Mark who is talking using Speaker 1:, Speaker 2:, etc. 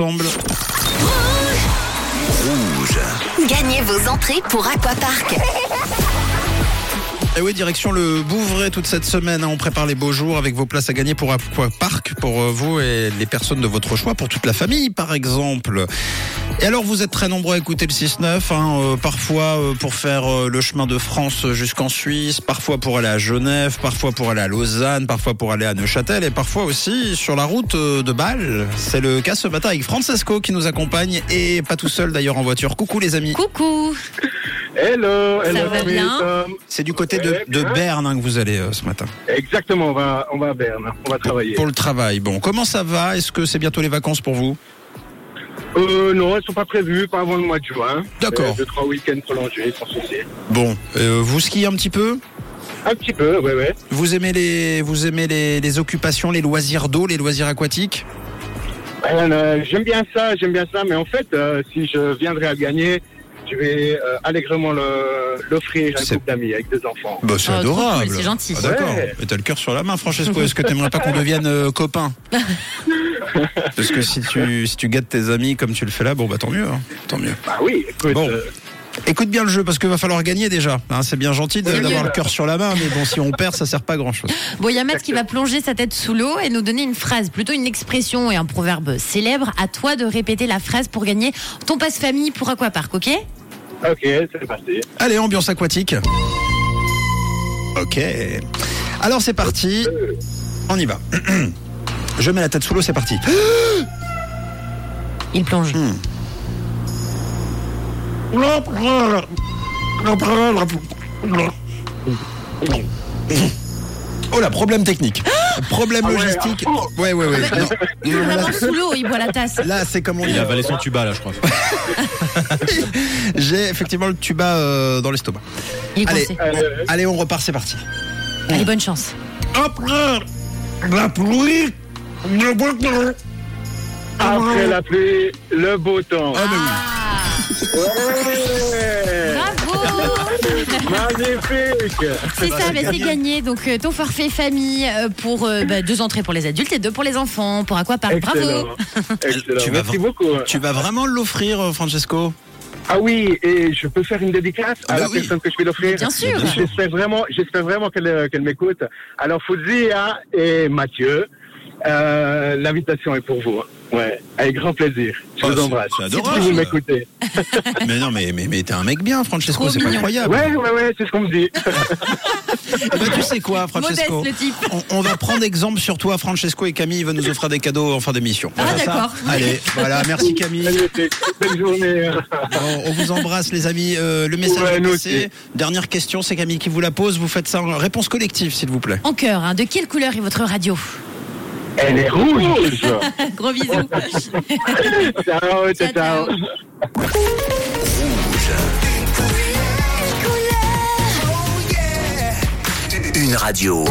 Speaker 1: ensemble.
Speaker 2: Gagnez vos entrées pour Aquapark.
Speaker 1: Et Eh oui, direction le Bouvray toute cette semaine. hein. On prépare les beaux jours avec vos places à gagner pour Aqua Park, pour euh, vous et les personnes de votre choix, pour toute la famille par exemple. Et alors vous êtes très nombreux à écouter le 6-9, hein, euh, parfois euh, pour faire euh, le chemin de France jusqu'en Suisse, parfois pour aller à Genève, parfois pour aller à Lausanne, parfois pour aller à Neuchâtel et parfois aussi sur la route euh, de Bâle. C'est le cas ce matin avec Francesco qui nous accompagne et pas tout seul d'ailleurs en voiture. Coucou les amis.
Speaker 3: Coucou
Speaker 4: Hello, hello,
Speaker 3: va
Speaker 4: Chris,
Speaker 3: bien
Speaker 4: euh,
Speaker 1: C'est du côté de, de Berne hein, que vous allez euh, ce matin.
Speaker 4: Exactement, on va, on va à Berne, on va travailler.
Speaker 1: Pour le travail, bon, comment ça va Est-ce que c'est bientôt les vacances pour vous
Speaker 4: Euh, non, elles sont pas prévues, pas avant le mois de juin.
Speaker 1: D'accord.
Speaker 4: Euh, Deux, trois week-ends prolongés, sans souci.
Speaker 1: Bon, euh, vous skiez un petit peu
Speaker 4: Un petit peu, ouais, ouais.
Speaker 1: Vous aimez les, vous aimez les, les occupations, les loisirs d'eau, les loisirs aquatiques
Speaker 4: Ben, euh, j'aime bien ça, j'aime bien ça, mais en fait, euh, si je viendrais à gagner, je vais euh, allègrement le- l'offrir à un
Speaker 1: C'est-
Speaker 4: couple d'amis avec des enfants.
Speaker 1: Bah, c'est
Speaker 3: Oh, trop
Speaker 1: adorable.
Speaker 3: cool, c'est gentil.
Speaker 1: Ah, D'accord.
Speaker 4: Ouais.
Speaker 1: Et t'as le cœur sur la main, Francesco. Est-ce que t'aimerais pas qu'on devienne euh, copains Parce que si tu, si tu gâtes tes amis comme tu le fais là, bon bah tant mieux, hein. tant mieux.
Speaker 4: Bah oui, écoute,
Speaker 1: Bon.
Speaker 4: euh,
Speaker 1: Écoute bien le jeu parce que va falloir gagner déjà. hein. c'est bien gentil de-
Speaker 3: Oui,
Speaker 1: d'avoir
Speaker 3: oui.
Speaker 1: le cœur sur la main, mais bon si on perd, ça sert pas à grand chose.
Speaker 3: Bon, il y a Matt qui va plonger sa tête sous l'eau et nous donner une phrase, plutôt une expression et un proverbe célèbre. À toi de répéter la phrase pour gagner ton passe-famille pour Aquapark, ok
Speaker 4: ok, c'est parti.
Speaker 1: Allez, ambiance aquatique. Ok. Alors c'est parti. On y va. Je mets la tête sous l'eau, c'est parti.
Speaker 3: Il plonge.
Speaker 1: Oh là, problème technique. Problème
Speaker 4: ouais,
Speaker 1: logistique. Ouais, ouais, ouais. Non.
Speaker 3: Il est vraiment sous l'eau, il boit la tasse.
Speaker 1: Là, c'est comme on dit.
Speaker 5: Il a avalé son tuba là, je crois.
Speaker 1: J'ai effectivement le tuba euh, dans l'estomac.
Speaker 3: Il est
Speaker 1: Allez,
Speaker 3: coincé.
Speaker 4: Allez, allez.
Speaker 1: on, allez, on repart, c'est parti.
Speaker 3: Allez, bonne chance.
Speaker 4: Après la pluie, le beau temps.
Speaker 3: Ah,
Speaker 4: Ouais,
Speaker 3: bravo
Speaker 4: magnifique.
Speaker 3: C'est ça, bah, c'est gagné. Donc, euh, ton forfait famille euh, pour euh, bah, deux entrées pour les adultes et deux pour les enfants, pour Aquapark. Ah, Bravo
Speaker 4: Excellent. Excellent.
Speaker 1: Tu vas
Speaker 4: Merci
Speaker 1: vra-
Speaker 4: beaucoup.
Speaker 1: Tu vas vraiment l'offrir, euh, Francesco
Speaker 4: Ah oui, et je peux faire une dédicace
Speaker 1: Ah
Speaker 4: à
Speaker 1: bah
Speaker 4: la
Speaker 1: oui.
Speaker 4: personne que je vais l'offrir.
Speaker 3: Bien sûr.
Speaker 4: J'espère vraiment, j'espère vraiment qu'elle euh, qu'elle m'écoute. Alors Fouzia et Mathieu, euh, l'invitation est pour vous. hein. Ouais, avec grand plaisir. Je
Speaker 1: Oh,
Speaker 4: vous
Speaker 1: c'est-
Speaker 4: embrasse.
Speaker 1: c'est
Speaker 4: Si
Speaker 1: adorable, ça.
Speaker 4: vous m'écoutez.
Speaker 1: Mais non, mais, mais, mais t'es un mec bien, Francesco,
Speaker 3: Trop
Speaker 1: c'est pas
Speaker 3: mignon.
Speaker 1: incroyable.
Speaker 4: Ouais, ouais, ouais, c'est ce qu'on me dit.
Speaker 1: Eh ben, tu sais quoi,
Speaker 3: Modeste,
Speaker 1: Francesco
Speaker 3: le type.
Speaker 1: on, on va prendre exemple sur toi, Francesco et Camille va nous offrir des cadeaux en fin d'émission.
Speaker 3: Ah,
Speaker 1: Voilà ça.
Speaker 3: d'accord.
Speaker 1: Allez, voilà, merci Camille.
Speaker 4: Magnifique. Belle journée.
Speaker 1: Bon, on vous embrasse les amis. Euh, le message
Speaker 4: Ouais,
Speaker 1: est
Speaker 4: nous
Speaker 1: passé.
Speaker 4: aussi.
Speaker 1: Dernière question, c'est Camille qui vous la pose. Vous faites ça en réponse collective, s'il vous plaît.
Speaker 3: En cœur, hein, de quelle couleur est votre radio
Speaker 4: Elle est rouge.
Speaker 3: Gros bisous.
Speaker 4: ciao, ciao, ciao.
Speaker 3: ciao.
Speaker 6: Une radio.